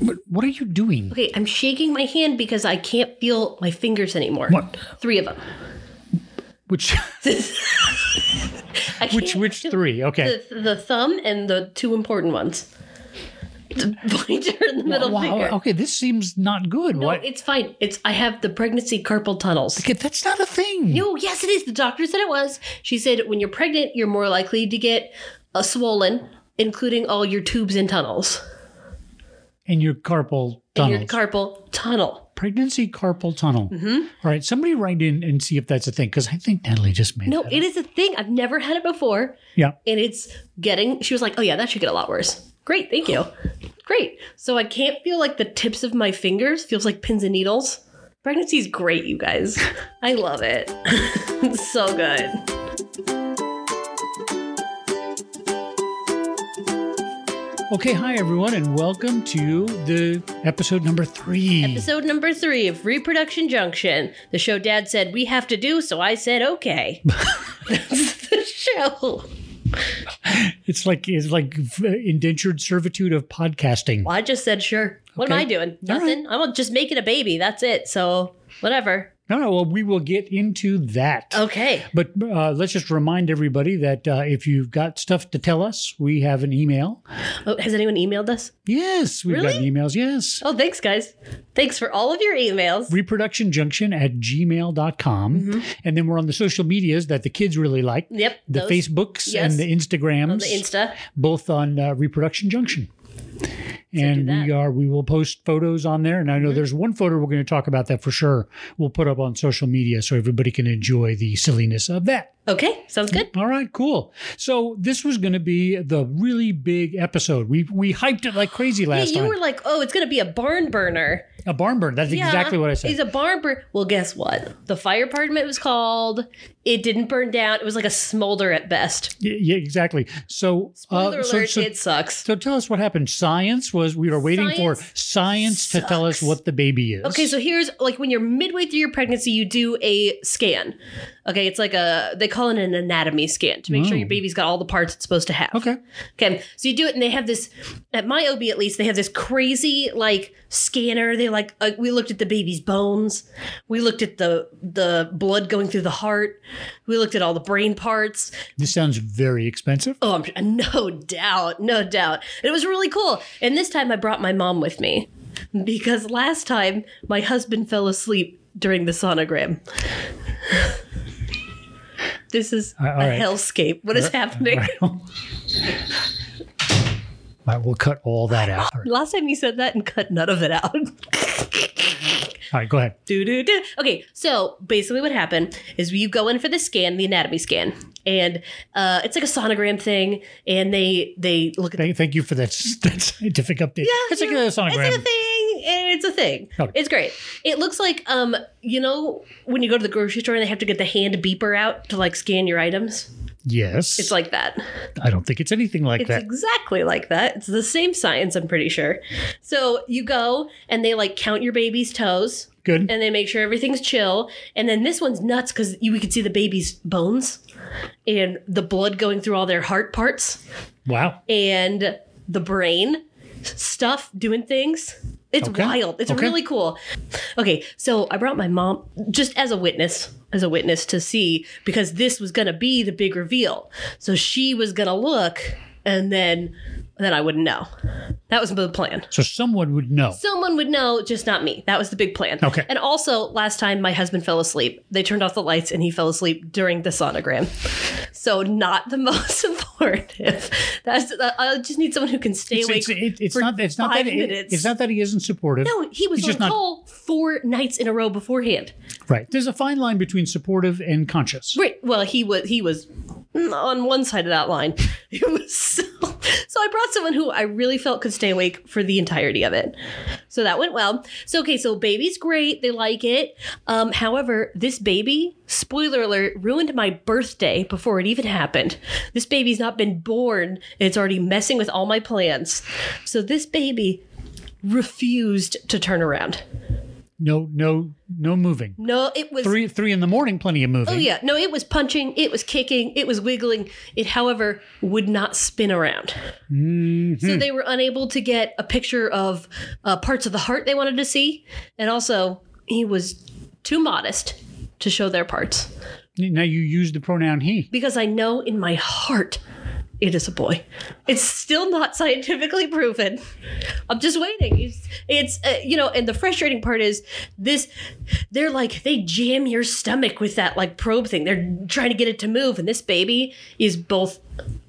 But what are you doing? Okay, I'm shaking my hand because I can't feel my fingers anymore. What? Three of them. Which I which can't which feel- three? Okay. The, the thumb and the two important ones. The pointer and the middle oh, Wow, finger. okay, this seems not good. No, what? it's fine. It's I have the pregnancy carpal tunnels. Okay, that's not a thing. No, yes, it is. The doctor said it was. She said when you're pregnant, you're more likely to get a swollen, including all your tubes and tunnels. and your carpal And tunnel. your carpal tunnel. Pregnancy carpal tunnel. Mm-hmm. All right, somebody write in and see if that's a thing because I think Natalie just made No, that. it is a thing. I've never had it before. yeah. And it's getting, she was like, oh yeah, that should get a lot worse. Great, thank you. Great. So I can't feel like the tips of my fingers, feels like pins and needles. Pregnancy is great, you guys. I love it. it's so good. Okay, hi everyone, and welcome to the episode number three. Episode number three of Reproduction Junction, the show Dad said we have to do, so I said okay. That's the show. It's like it's like v- indentured servitude of podcasting. Well, I just said sure. What am Okay. I doing? All right. Nothing. I'm just making a baby. That's it. So whatever. No, no. Well, we will get into that. Okay. But uh, let's just remind everybody that uh, if you've got stuff to tell us, we have an email. Oh, has anyone emailed us? Yes, we've got Really? emails. Yes. Oh, thanks, guys. Thanks for all of your emails. Reproductionjunction at gmail.com. Mm-hmm. And then we're on the social medias that the kids really like Yep. the those Facebooks Yes. and the Instagrams. on the Insta. both on uh, Reproduction Junction. And do we that. Mm-hmm. are we will post photos on there, and I know there's one photo we're going to talk about that for sure. We'll put up on social media so everybody can enjoy the silliness of that. Okay. Sounds good. All right, cool. So this was going to be the really big episode. We we hyped it like crazy Yeah, last you time. were like, oh, it's going to be a barn burner. a barn burn. That's Yeah, exactly what I said. He's a barn burn. Well, guess what? The fire department was called. It didn't burn down. It was like a smolder at best. yeah, yeah, exactly. So, uh, Spoiler so, alert, so, it sucks. so tell us what happened. Science was we were waiting for Science science to tell us sucks. what the baby is. Okay, so here's like when you're midway through your pregnancy, you do a scan. Okay, it's like a they call it an anatomy scan to make sure your baby's got all the parts it's supposed to have. Mm. okay. Okay, so you do it, and they have this at my OB at least they have this crazy like scanner. They like uh, we looked at the baby's bones, we looked at the the blood going through the heart, we looked at all the brain parts. This sounds very expensive. Oh, I'm, no doubt, no doubt. It was really cool. And this time I brought my mom with me because last time my husband fell asleep during the sonogram. this is Uh, all a right. Uh, hellscape. What is happening? All right, we'll cut all that out. All right, Last time you said that and cut none of it out. all right, go ahead. do, do, do. Okay, so basically what happened is you go in for the scan, the anatomy scan, and uh, it's like a sonogram thing, and they they look at Thank, thank you for that, that scientific update. Yeah, it's like a you're- sonogram. It's like a thing, and it's a thing. Okay. It's great. It looks like um, you know, when you go to the grocery store and they have to get the hand beeper out to like scan your items. yes, It's like that. I don't think it's anything like It's that. exactly like that. It's the same science, I'm pretty sure. So you go and they like count your baby's toes Good. and they make sure everything's chill. And then this one's nuts because you we could see the baby's bones and the blood going through all their heart parts wow. and the brain stuff doing things. It's Okay. wild. It's Okay. really cool. Okay, so I brought my mom just as a witness, as a witness to see because this was going to be the big reveal. So she was going to look and then then I wouldn't know. That was the plan. So someone would know. Someone would know, just not me. That was the big plan. Okay. And also, last time my husband fell asleep. They turned off the lights and he fell asleep during the sonogram. So not the most informative. That's I- I just need someone who can stay It's, it's, awake. it- it's for not. It's not five that. it- minutes. it's not that he isn't supportive. no, he was He's on just not- call four nights in a row beforehand. Right. There's a fine line between supportive and conscious. Right. Well, he was he was on one side of that line. It was so. So I brought someone who I really felt could stay awake for the entirety of it. So that went well. So okay, so baby's great. They like it. Um, however, this baby, spoiler alert, ruined my birthday before it even happened. This baby's not been born. And it's already messing with all my plans. So this baby refused to turn around. No, no, no moving. No, it was Three, three in the morning, plenty of moving. Oh yeah, no, it was punching, it was kicking, it was wiggling. It, however, would not spin around. So they were unable to get a picture of uh, parts of the heart they wanted to see, and also he was too modest to show their parts Now you use the pronoun he. because I know in my heart it is a boy. It's still not scientifically proven. I'm just waiting. It's, it's uh, you know, and the frustrating part is this they're like, they jam your stomach with that like probe thing. They're trying to get it to move. And this baby is both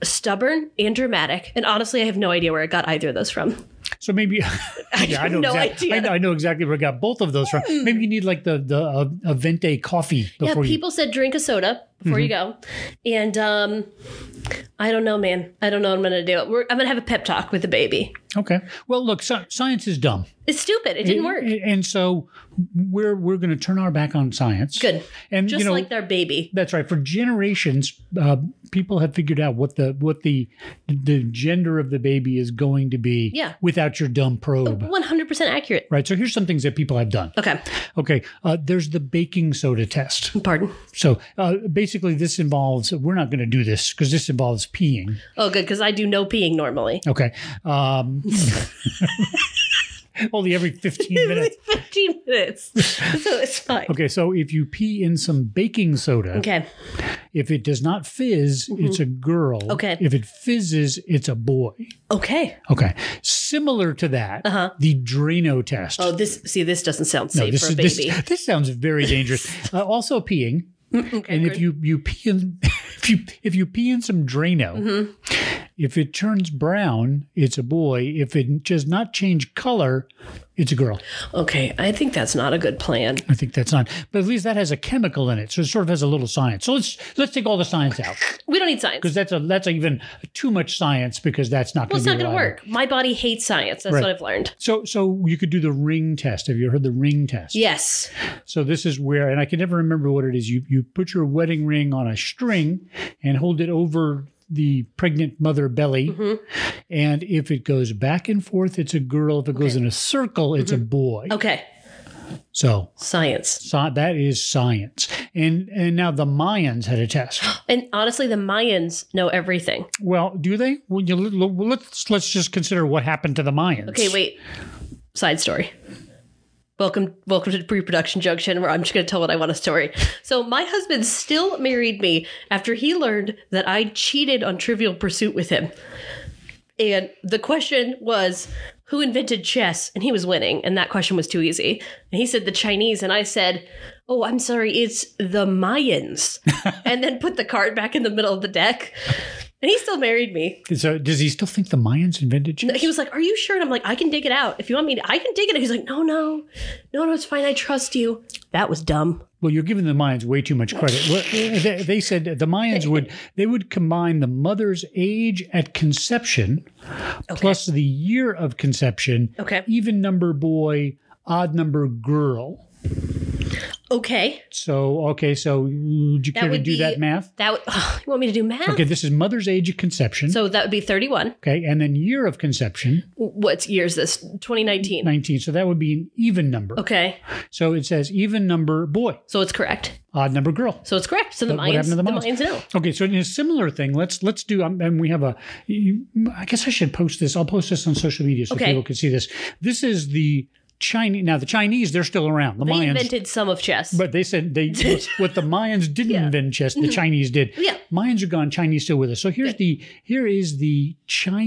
stubborn and dramatic. And honestly, I have no idea where I got either of those from. So maybe yeah, I know no exact- idea. Hmm. I know, I know exactly where I got both of those from. Maybe you need like the the uh, a vente coffee Yeah, before people said drink a soda before you go, and um, I don't know, man. I don't know what I'm gonna do. We're, I'm gonna have a pep talk with the baby. you. Okay. Well, look, sci- science is dumb. It's stupid. It didn't work. And so we're we're going to turn our back on science. Good. And Just you know, like their baby. That's right. For generations, uh, people have figured out what the what the the gender of the baby is going to be Yeah. Oh. without your dumb probe. 100% accurate. Right. So here's some things that people have done. Okay. Okay. Uh, there's the baking soda test. Pardon. So uh, basically, this involves we're not going to do this because this involves peeing. Oh, good, because I do no peeing normally. Okay. Um, only every 15 minutes. 15 minutes. So it's fine. Okay, so if you pee in some baking soda, Okay. Mm-hmm. if it does not fizz, it's a girl. Okay. If it fizzes, it's a boy. Okay. Okay. Similar to that, Uh-huh. the Drano test. Oh, this, see, this doesn't sound No, safe this, for a is, baby. this, this sounds very dangerous. uh, also peeing. okay, and good. if you, you pee in if you if you pee in some Drano, Mm-hmm. if it turns brown, it's a boy. If it does not change color, it's a girl. okay. I think that's not a good plan. I think that's not. But at least that has a chemical in it, so it sort of has a little science. So let's let's take all the science out We don't need science. because that's a that's even too much science because that's not Well, going it's to not going to work. My body hates science. That's Right. what I've learned. So so you could do the ring test. Have you heard the ring test? Yes. So this is where, and I can never remember what it is. You you put your wedding ring on a string and hold it over the pregnant mother belly, Mm-hmm. and if it goes back and forth, it's a girl. If it goes in a circle, it's Mm-hmm. a boy. Okay. So. Science. So that is science, and and now the Mayans had a test. And honestly, the Mayans know everything. Well, do they? Well, you, well, let's let's just consider what happened to the Mayans. Okay, wait. Side story. Welcome, welcome to pre-production junction, where I'm just going to tell what I want a story. So my husband still married me after he learned that I cheated on Trivial Pursuit with him, and the question was, who invented chess? And he was winning, and that question was too easy. And he said the Chinese, and I said, oh, I'm sorry, it's the Mayans, and then put the card back in the middle of the deck. And he still married me. So does he still think the Mayans invented chess? No, he was like, "Are you sure?" And I'm like, "I can dig it out. If you want me to, I can dig it." out." He's like, "No, no, no, no, it's fine. I trust you." That was dumb. well, you're giving the Mayans way too much credit. Well, they, they said that the Mayans would they would combine the mother's age at conception plus the year of conception, Okay, even number boy, odd number girl. okay. So okay, so would you care to would do be- that math? That would, you want me to do math? Okay, this is mother's age at conception. So that would be 31. okay, and then year of conception, What's year is this? 2019. 19. So that would be an even number. Okay, So it says even number boy, so it's correct. odd number girl. So it's correct. So the But what Mayans, happened to the the Mayans Mayans? know. Okay, so in a similar thing, let's let's do. Um, and we have a. you- I guess I should post this. I'll post this on social media so Okay. people can see this. This is the Chinese. Now the Chinese, they're still around. The They Mayans, invented some of chess. but they said they what the Mayans didn't invent chess, the Chinese did. Mm-hmm. Yeah. Mayans are gone. Chinese still with us. So here's the here is the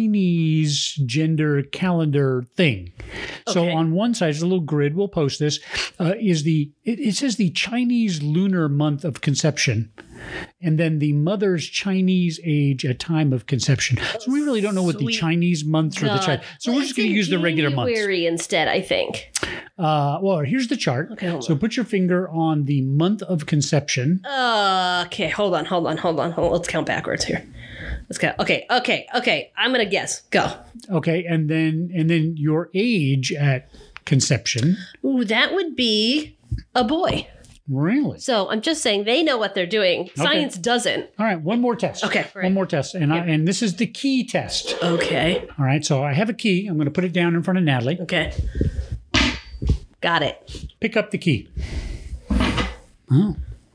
Chinese gender calendar thing. So Okay. on one side is a little grid. We'll post this. Uh, is the it, it says the Chinese lunar month of conception, and then the mother's Chinese age at time of conception. So we really don't know what the Sweet Chinese months or the Chinese. So we're Let's just going do to use the regular months. January instead, I think. Uh, well, here's the chart. Okay, hold so put your finger on the month of conception. Uh, okay, hold on, hold on, hold on, hold on. Let's count backwards here. Let's go. Okay, okay, okay. I'm gonna guess. Go. Okay, and then and then your age at conception. Ooh, that would be a boy. Really? So I'm just saying they know what they're doing. Science doesn't. All right, one more test. Okay, right. one more test, and I, and this is the key test. Okay. All right, so I have a key. I'm going to put it down in front of Natalie. Okay. Got it. Pick up the key.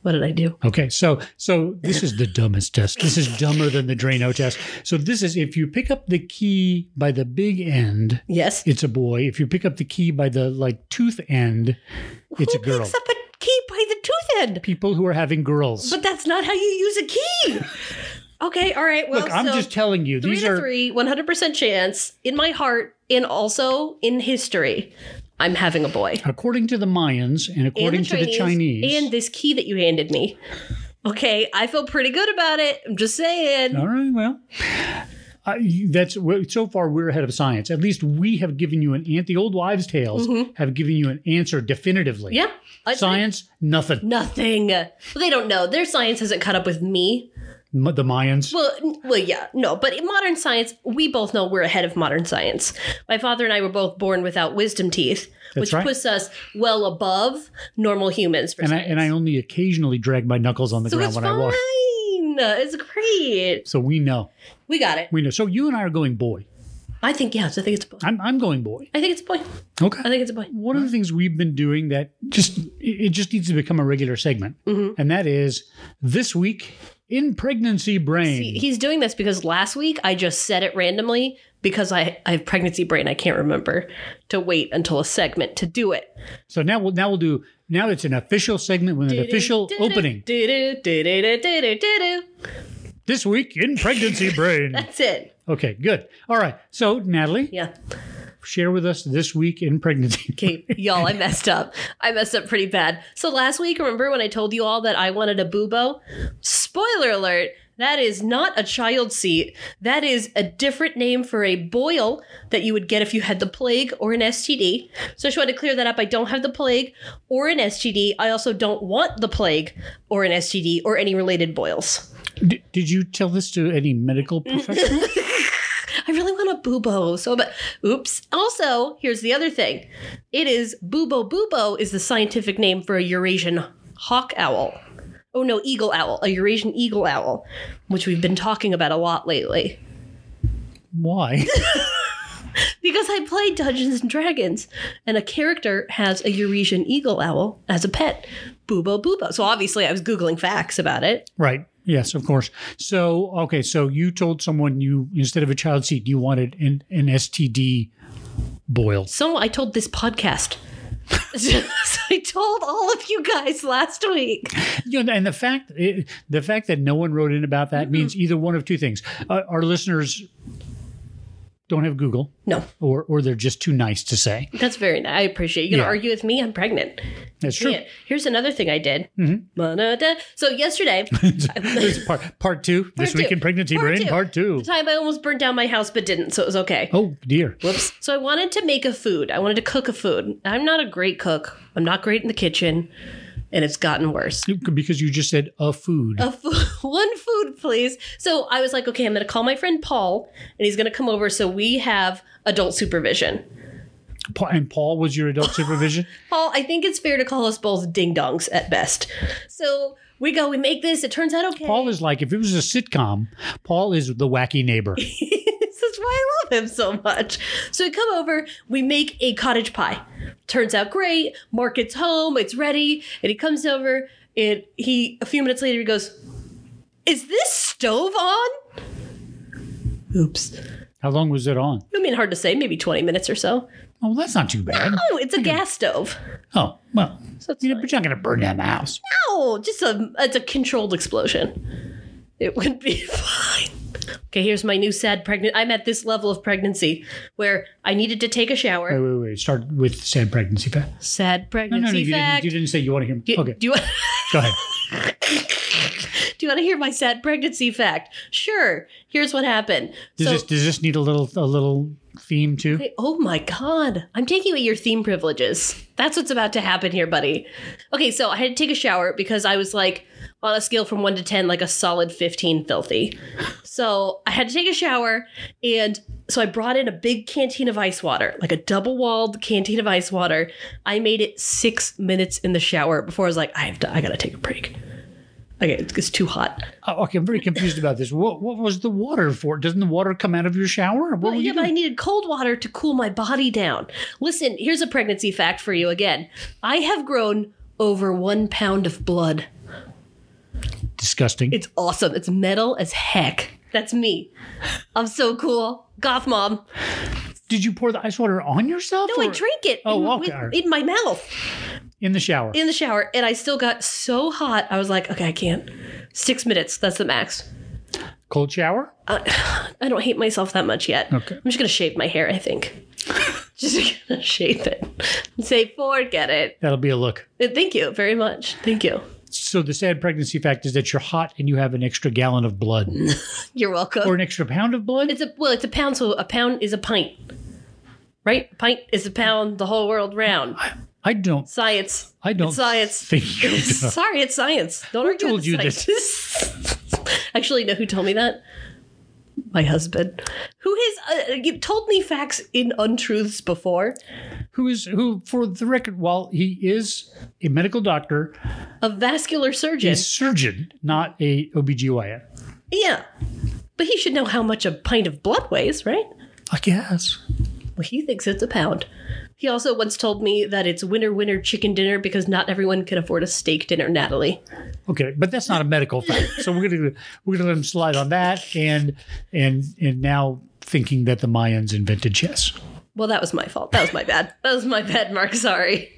What did I do? Okay, so so this is the dumbest test. This is dumber than the Drano test. So this is if you pick up the key by the big end, Yes. it's a boy. If you pick up the key by the like tooth end, it's Who a girl. picks up a key by the tooth end? People who are having girls. But that's not how you use a key. Okay, all right. Well, Look, I'm so just telling you. three These to are three, 100% chance in my heart and also in history. I'm having a boy. according to the Mayans and And according to the Chinese. And this key that you handed me. Okay, I feel pretty good about it. I'm just saying. All right, well. I, that's so far we're ahead of science. At least we have given you an ant. The old wives' tales have given you an answer definitively. Yeah. Mm-hmm. I- Science, nothing. Nothing. Well, they don't know. Their science hasn't caught up with me. M- The Mayans. Well, n- well, yeah, no. But in modern science, we both know we're ahead of modern science. My father and I were both born without wisdom teeth, which right. puts us well above normal humans. For and I science. and I only occasionally drag my knuckles on the so ground it's when fine. I walk. It's great. So we know, We got it. we know. So you and I are going boy. I think yes. I think it's a boy. I'm I'm going boy. I think it's a boy. I Okay. think it's a boy. One of the things we've been doing that just it it just needs to become a regular segment, Mm-hmm. and that is this week in pregnancy brain. See, he's doing this because last week I just said it randomly because I, I have pregnancy brain. I can't remember to wait until a segment to do it. so now we'll now we'll do now it's an official segment with an official opening. Do-do, do-do, do-do, do-do. This week in pregnancy brain. That's it. Okay, good. All right. So Natalie, Yeah. share with us this week in pregnancy. Okay, y'all, I messed up. I messed up pretty bad. So last week, remember when I told you all that I wanted a bubo? Spoiler alert, that is not a child seat. That is a different name for a boil that you would get if you had the plague or an STD. So I just wanted to clear that up. I don't have the plague or an STD. I also don't want the plague or an STD or any related boils. D- did you tell this to any medical professional? I really want a bubo. So, but oops. Also, here's the other thing. It is bubo bubo is the scientific name for a Eurasian hawk owl. Oh no, eagle owl, a Eurasian eagle owl, which we've been talking about a lot lately. Why? Because I play Dungeons and Dragons, and a character has a Eurasian eagle owl as a pet, bubo bubo. So obviously, I was googling facts about it. Right. Yes, of course. So, okay, so you told someone you instead of a child seat, you wanted an, an STD boil. So I told this podcast. I told all of you guys last week. You know, and the fact it, the fact that no one wrote in about that means Mm-hmm. either one of two things: uh, our listeners don't have Google, No, or or they're just too nice to say. That's very nice. I appreciate it. You're going to Yeah. argue with me? I'm pregnant. That's true. Mm-hmm. Yeah. Here's another thing I did. Ba-da-da. So, yesterday, There's part part two this Part week two. in pregnancy Part brain two. part two. the time I almost burned down my house but didn't, so it was okay. Oh dear. Whoops. So, I wanted to make a food. I wanted to cook a food. I'm not a great cook, I'm not great in the kitchen, and it's gotten worse. Because you just said a food. A fo- one food, please. So I was like, okay, I'm going to call my friend Paul, and he's going to come over so we have adult supervision. Pa- and Paul was your adult supervision. Paul, I think it's fair to call us both ding dongs at best. So we go, we make this. It turns out okay. Paul is like if it was a sitcom, Paul is the wacky neighbor. this is why I love him so much. So we come over, we make a cottage pie. Turns out great. Mark it's home, it's ready, and he comes over. And he a few minutes later he goes, "Is this stove on?" Oops. How long was it on? I mean, hard to say. Maybe twenty minutes or so. Oh, that's not too bad. Oh, it's a gas stove. Oh, well, So it's you fine. know, but you're not going to burn down the house. Oh, just a it's a controlled explosion. It would be fine. Okay, here's my new sad pregnant. I'm at this level of pregnancy where I needed to take a Wait, shower. wait, wait. Start with sad pregnancy fact. Sad No, Oh, pregnancy no, no. You didn't, fact. you didn't say you want to hear. Do- okay, Do you, go ahead. do you want to hear my sad pregnancy fact? Sure. Here's what happened. Does so, this does this need a little a little theme too? Wait, oh my god. I'm taking away your theme privileges. That's what's about to happen here, buddy. Okay, so I had to take a shower because I was like on a scale from 1 to 10 like a solid 15 filthy. So, I had to take a shower and so I brought in a big canteen of ice water, like a double-walled canteen of ice water. I made it 6 minutes in the shower before I was like I have to I got to take a break. Okay, it's it's too hot. Oh, okay, I'm very confused about this. What what was the water for? Doesn't the water come out of your shower? What Well, were Oh, yeah, you but I doing? needed cold water to cool my body down. Listen, here's a pregnancy fact for you again. I have grown over one pound of blood. Disgusting. It's awesome. It's metal as heck. That's me. I'm so cool. Goth mom. Did you pour the ice water on yourself? No, I or drink it Oh, in, okay. with- in my mouth in the shower. in the shower, and I still got so hot. I was like, okay, I can't. Six minutes. That's the max. Cold shower? I don't hate myself that much yet. Okay. I'm just gonna shave my hair. I think. just gonna shave it and say, forget it. That'll be a look. Uh, Thank you very much. Thank you. So the sad pregnancy fact is that you're hot and you have an extra gallon of blood You're welcome. or an extra pound of blood. it's a well, it's a pound, so a pound is a pint. Right? A pint is a pound the whole world round. I don't. Science. I don't science. think you know. Sorry, it's science. Don't argue told with you science. Actually, you know who told me that? My husband, who has uh, you told me facts in untruths before. who is who for the record while he is a medical doctor A vascular surgeon. a surgeon not a obgyn Yeah. But he should know how much a pint of blood weighs, right? i guess Well, he thinks it's a pound. He also once told me that it's winner winner chicken dinner because not everyone can afford a steak dinner, Natalie. okay but that's not a medical fact so we're gonna we're gonna let him slide on that and and and now thinking that the mayans invented chess Well, that was my fault. That was my bad. That was my bad, Mark. Sorry.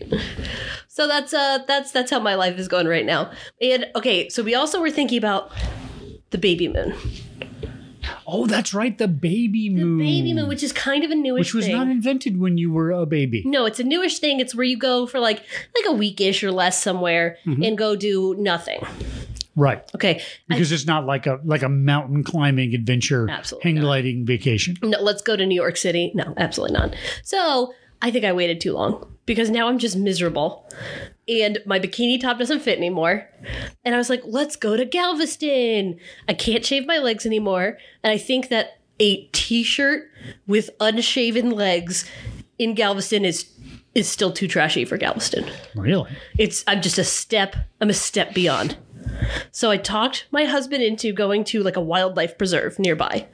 so that's uh that's that's how my life is going right now. And okay, so we also were thinking about the baby moon. oh that's right the baby moon Baby moon, which is kind of a newish which was thing. Mm. not invented when you were a baby no, it's a newish thing. It's where you go for like like a weekish or less somewhere Mm-hmm. and go do nothing. right Okay. because it's not like a like a mountain climbing adventure Absolutely hang not. gliding vacation no, let's go to New York City. No, absolutely not. So I think I waited too long because now I'm just miserable. And my bikini top doesn't fit anymore. And I was like, let's go to Galveston. I can't shave my legs anymore. And I think that a t shirt with unshaven legs in Galveston is is still too trashy for Galveston really it's I'm just a step I'm a step beyond. So I talked my husband into going to like a wildlife preserve nearby,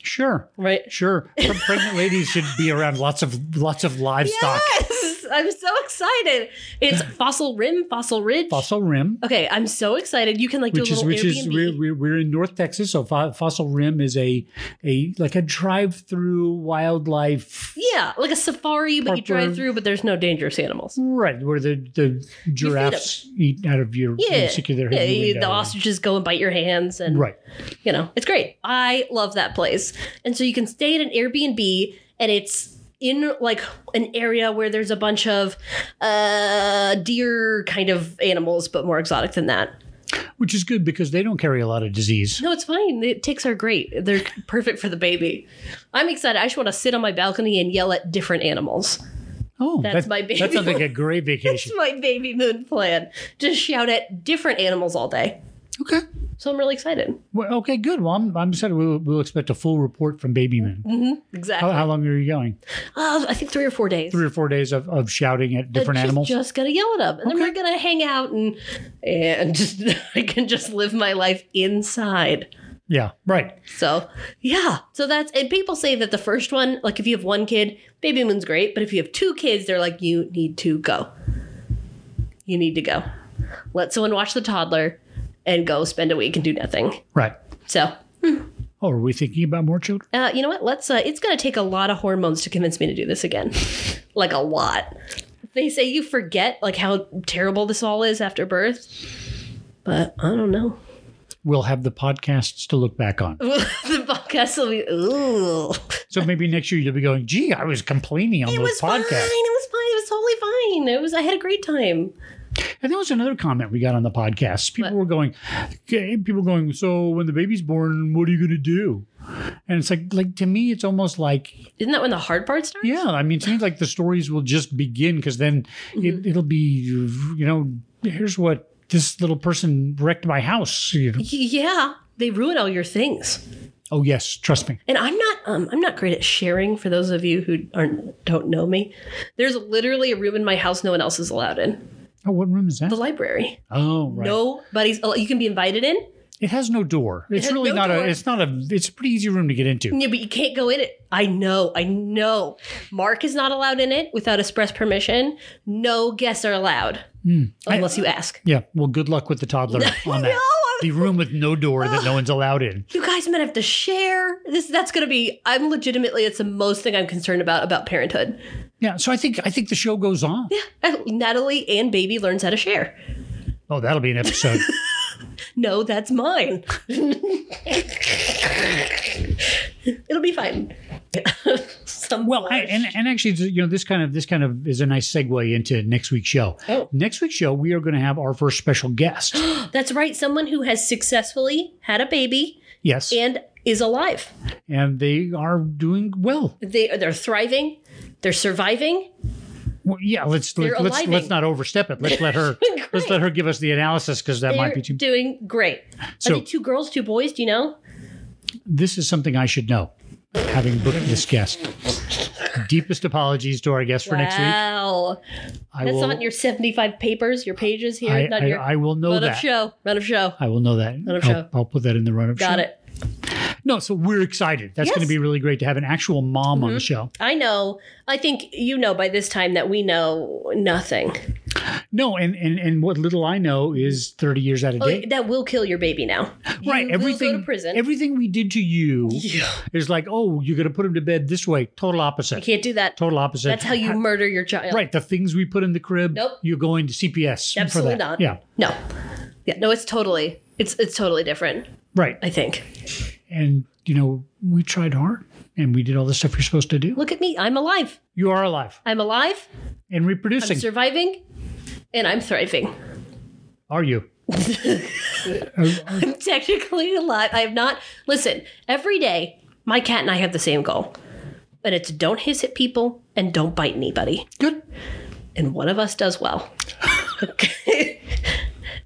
sure right? Sure, Pre- pregnant ladies should be around lots of lots of livestock. Yes, I'm so excited. It's Fossil Rim, Fossil Ridge. Fossil Rim, Okay, I'm so excited. You can like which do a is little which Airbnb. is we're, we're, we're in North Texas, so Fo- Fossil Rim is a a like a drive-through wildlife yeah, like a safari, but you Park where- drive through, but there's no dangerous animals. right where the the giraffes eat out of your Yeah, you stick their yeah head in you- window. the ostriches go and bite your hands, and Right, you know it's great. I love that place, and so you can stay at an Airbnb, and it's in like an area where there's a bunch of uh deer kind of animals, but more exotic than that. which is good because they don't carry a lot of disease. No, it's fine. The ticks are great. They're perfect for the baby. I'm excited. I just want to sit on my balcony and yell at different animals. Oh, That's that, my baby. That sounds like a great It's vacation. my baby moon plan. Just shout at different animals all day. okay. So I'm really excited. Well, okay, good. Well, I'm, I'm excited. We'll, we'll expect a full report from Baby Mm-hmm. Moon. Exactly. How, how long are you going? Uh, I think three or four days. Three or four days of, of shouting at different just, animals? Just gonna yell at them, and then we're gonna hang out and and just, I can just live my life inside. yeah, right. So yeah, so that's and people say that the first one, like if you have one kid, baby moon's great, but if you have two kids, they're like you need to go. You need to go. Let someone watch the toddler, and go spend a week and do nothing. Right. So Oh, are we thinking about more children? uh, you know what? Let's. Uh, it's gonna take a lot of hormones to convince me to do this again, like a lot. They say you forget like how terrible this all is after birth, but I don't know. We'll have the podcasts to look back on. the podcast will be ooh. So maybe next year you'll be going, gee, I was complaining on It those was fine. It podcasts. was fine. It was totally fine. It was. I had a great time. And there was another comment we got on the podcast. People were going, okay, people were going, so when the baby's born, what are you going to do? And it's like, like to me, it's almost like, Isn't that when the hard part starts? yeah, I mean, it seems like the stories will just begin because then Mm-hmm. it, it'll be, you know, here's what this little person wrecked my house. You know? Y- Yeah. They ruin all your things. Oh, yes, trust me. And I'm not. Um, I'm not great at sharing. For those of you who aren't don't know me, there's literally a room in my house no one else is allowed in. Oh, what room is that? the library. oh, right. Nobody's. oh, You can be invited in. It has no door. It's has really no not door. a. It's not a. It's a pretty easy room to get into. Yeah, but you can't go in it. I know. I know. Mark is not allowed in it without express permission. No guests are allowed Hmm. I- unless you ask. Yeah. Well, good luck with the toddler on that. No, The room with no door that no one's allowed in. you guys might have to share this. That's gonna be. I'm legitimately. It's the most thing I'm concerned about about parenthood. Yeah. So I think I think the show goes on. Yeah, I- Natalie and baby learns how to share. Oh, that'll be an episode. No, that's mine. It'll be fine. Some well, I, and and actually, you know, this kind of this kind of is a nice segue into next week's show. Oh. Next week's show, we are going to have our first special guest. that's right. Someone who has successfully had a baby yes. and is alive. and they are doing well. They they're thriving. They're surviving. Well, yeah, let's let, They're us let aliving. let's not overstep it. Let's let her let's Great. let her give us the analysis because that They're might be too. doing great. So- Are they two girls, two boys? Do you know? This is something I should know, having booked this guest. Deepest apologies to our guest for next week. Wow, I that's will. not in your seventy-five papers, your pages here, I, not I, your I will know run of that. show, run of show. I will know that. of I'll, show. I'll put that in the run of Got show. it. No, so we're excited. That's going to Yes. Mm-hmm. be really great to have an actual mom on the show. I know. I think you know by this time that we know nothing. No, and, and and what little I know is thirty years out of Oh, date. that will kill your baby now. right, You everything will go to prison. everything we did to you is like, oh, you're going to put him to bed this way. Total opposite. you can't do that. total opposite. That's how you murder your child. Right, the things we put in the crib. Nope. You're going to CPS. for Absolutely that. not. Yeah. No. Yeah. No. It's totally. It's it's totally different. Right. I think. And you know, we tried hard and we did all the stuff you're supposed to do. Look at me. I'm alive. You are alive I'm alive. and I'm reproducing. surviving, and I'm thriving. are you? I'm technically alive. I have not. Listen, every day, my cat and I have the same goal, and it's don't hiss at people and don't bite anybody. Good. And one of us does well. Okay.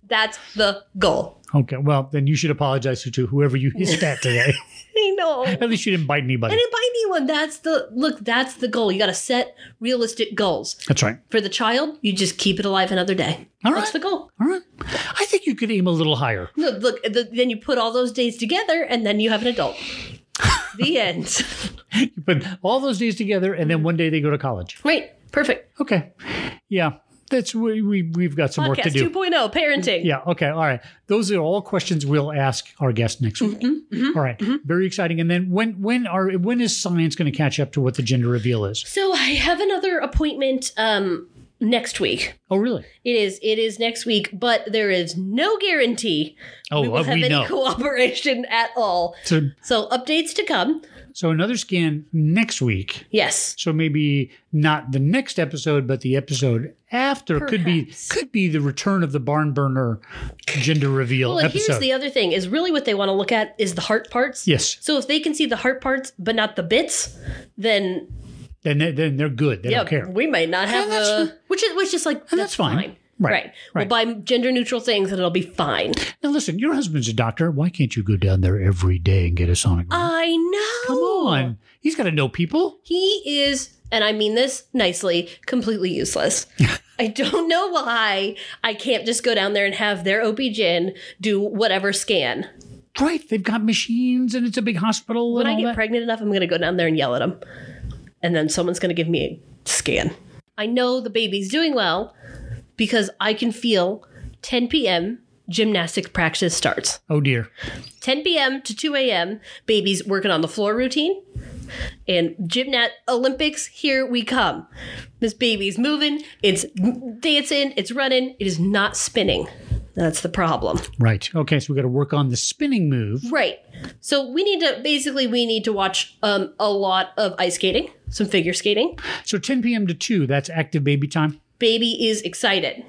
That's the goal. Okay. Well, then you should apologize to- to whoever you hissed at today. I know. I At least you didn't bite anybody. didn't bite anyone. That's the look. That's the goal. You got to set realistic goals That's right. for the child. You just keep it alive another day. All That's right. the goal. all right. I think you could aim a little higher. No, look. The, then you put all those days together, and then you have an adult. the end. You put all those days together, and Mm-hmm. then one day they go to college. Right. Perfect. Okay. Yeah. That's we, we we've got some work to Podcast do. 2.0 parenting. Yeah. Okay. All right. Those are all questions we'll ask our guest next week. Mm-hmm, All right. Very exciting. And then when when are when is science going to catch up to what the gender reveal is? So I have another appointment um next week. Oh, really? It is it is next week, but there is no guarantee Oh, we will uh, have we any know. cooperation at all. so So updates to come. so another scan next week. Yes. So maybe not the next episode, but the episode after could be Perhaps. could be the return of the barn burner gender reveal Well, and here's episode. the other thing: is really what they want to look at is the heart parts. yes. So if they can see the heart parts but not the bits, then Then they, then they're good. They yeah, don't care. we might not have And that's a which is which is like that's, that's fine. Right, Right. right. We'll buy gender neutral things and it'll be fine. Now listen, your husband's a doctor. Why can't you go down there every day and get a sonogram? I know. Come on. He's got to know people. He is, and I mean this nicely, completely useless. I don't know why I can't just go down there and have their OB-GYN do whatever scan. Right. They've got machines and it's a big hospital When and I all get that. pregnant enough, I'm going to go down there and yell at them. And then someone's going to give me a scan. I know the baby's doing well because I can feel 10 p.m. gymnastic practice starts. oh dear. 10 p.m. to 2 a.m. Babies working on the floor routine. And gymnast Olympics, here we come. This baby's moving, it's dancing, it's running, it is not spinning. That's the problem. Right. Okay, so we got to work on the spinning move. Right. So we need to basically we need to watch um, a lot of ice skating, some figure skating. So 10 p.m. to 2, that's active baby time. Baby is excited.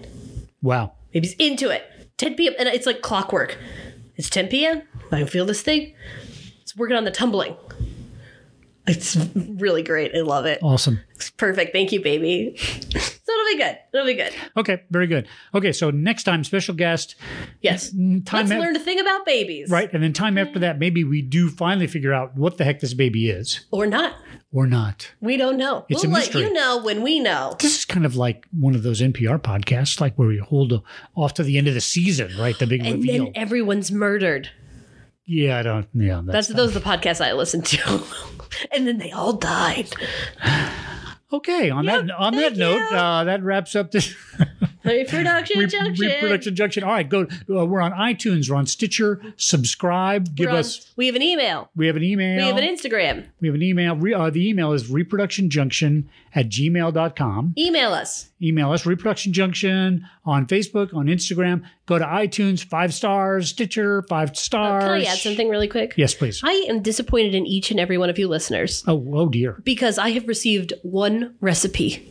Wow. Baby's into it. 10 p.m. and it's like clockwork. It's 10 p.m. I can feel this thing. It's working on the tumbling. It's really great. I love it. Awesome. Perfect. Thank you, baby. so it'll be good. It'll be good. Okay, very good. Okay, so next time special guest Yes. time Let's af- learn a thing about babies. right and then time after that maybe we do finally figure out what the heck this baby is Or not. or not. We don't know. It's a we'll let mystery. you know when we know. This is kind of like one of those NPR podcasts, like where you hold a, off to the end of the season, right? The big And reveal. then everyone's murdered. yeah, I don't. Yeah, That's that's, those are the podcasts I listen to. and then they all died. okay. On that on that thank note, you. uh, that wraps up this Reproduction re- Junction. reproduction junction. All right, go. Uh, we're on iTunes. We're on Stitcher. Subscribe. Give We're on- us. we have an email. We have an email. We have an Instagram. We have an email. Re- uh, the email is reproductionjunction at gmail.com. Email us. Email us Reproduction Junction on Facebook, on Instagram. Go to iTunes, five stars, Stitcher, five stars. Can I add something really quick? Yes, please. I am disappointed in each and every one of you listeners oh, oh dear. because I have received one recipe.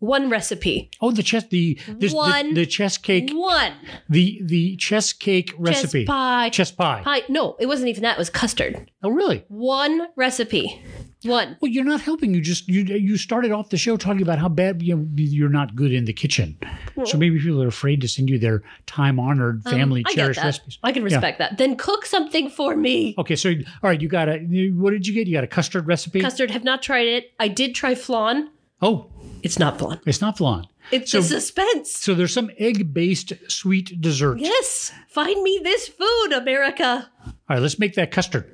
One recipe. Oh, the chess the this, One. the, the chess cake One the the chess cake recipe Chess pie. chess pie. pie. No, it wasn't even that. It was custard. Oh, really? One recipe. One. Well, you're not helping. You just you you started off the show talking about how bad you know, you're not good in the kitchen. so maybe people are afraid to send you their time honored family Mm. Um, I get cherished that. recipes. I can respect that. Then cook something for me. Okay, so all right, you got a what did you get? You got a custard recipe. Custard. Have not tried it. I did try flan. oh, It's not flan. it's not flan. It's So- the suspense. So there's some egg based sweet dessert. Yes. Find me this food, America. All right, let's make that custard.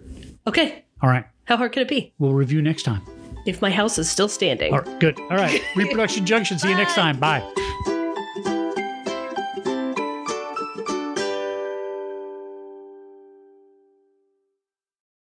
Okay. All right, How hard can it be? we'll review next time. If my house is still standing. All right, good. All right, reproduction junction. See you next time. Bye.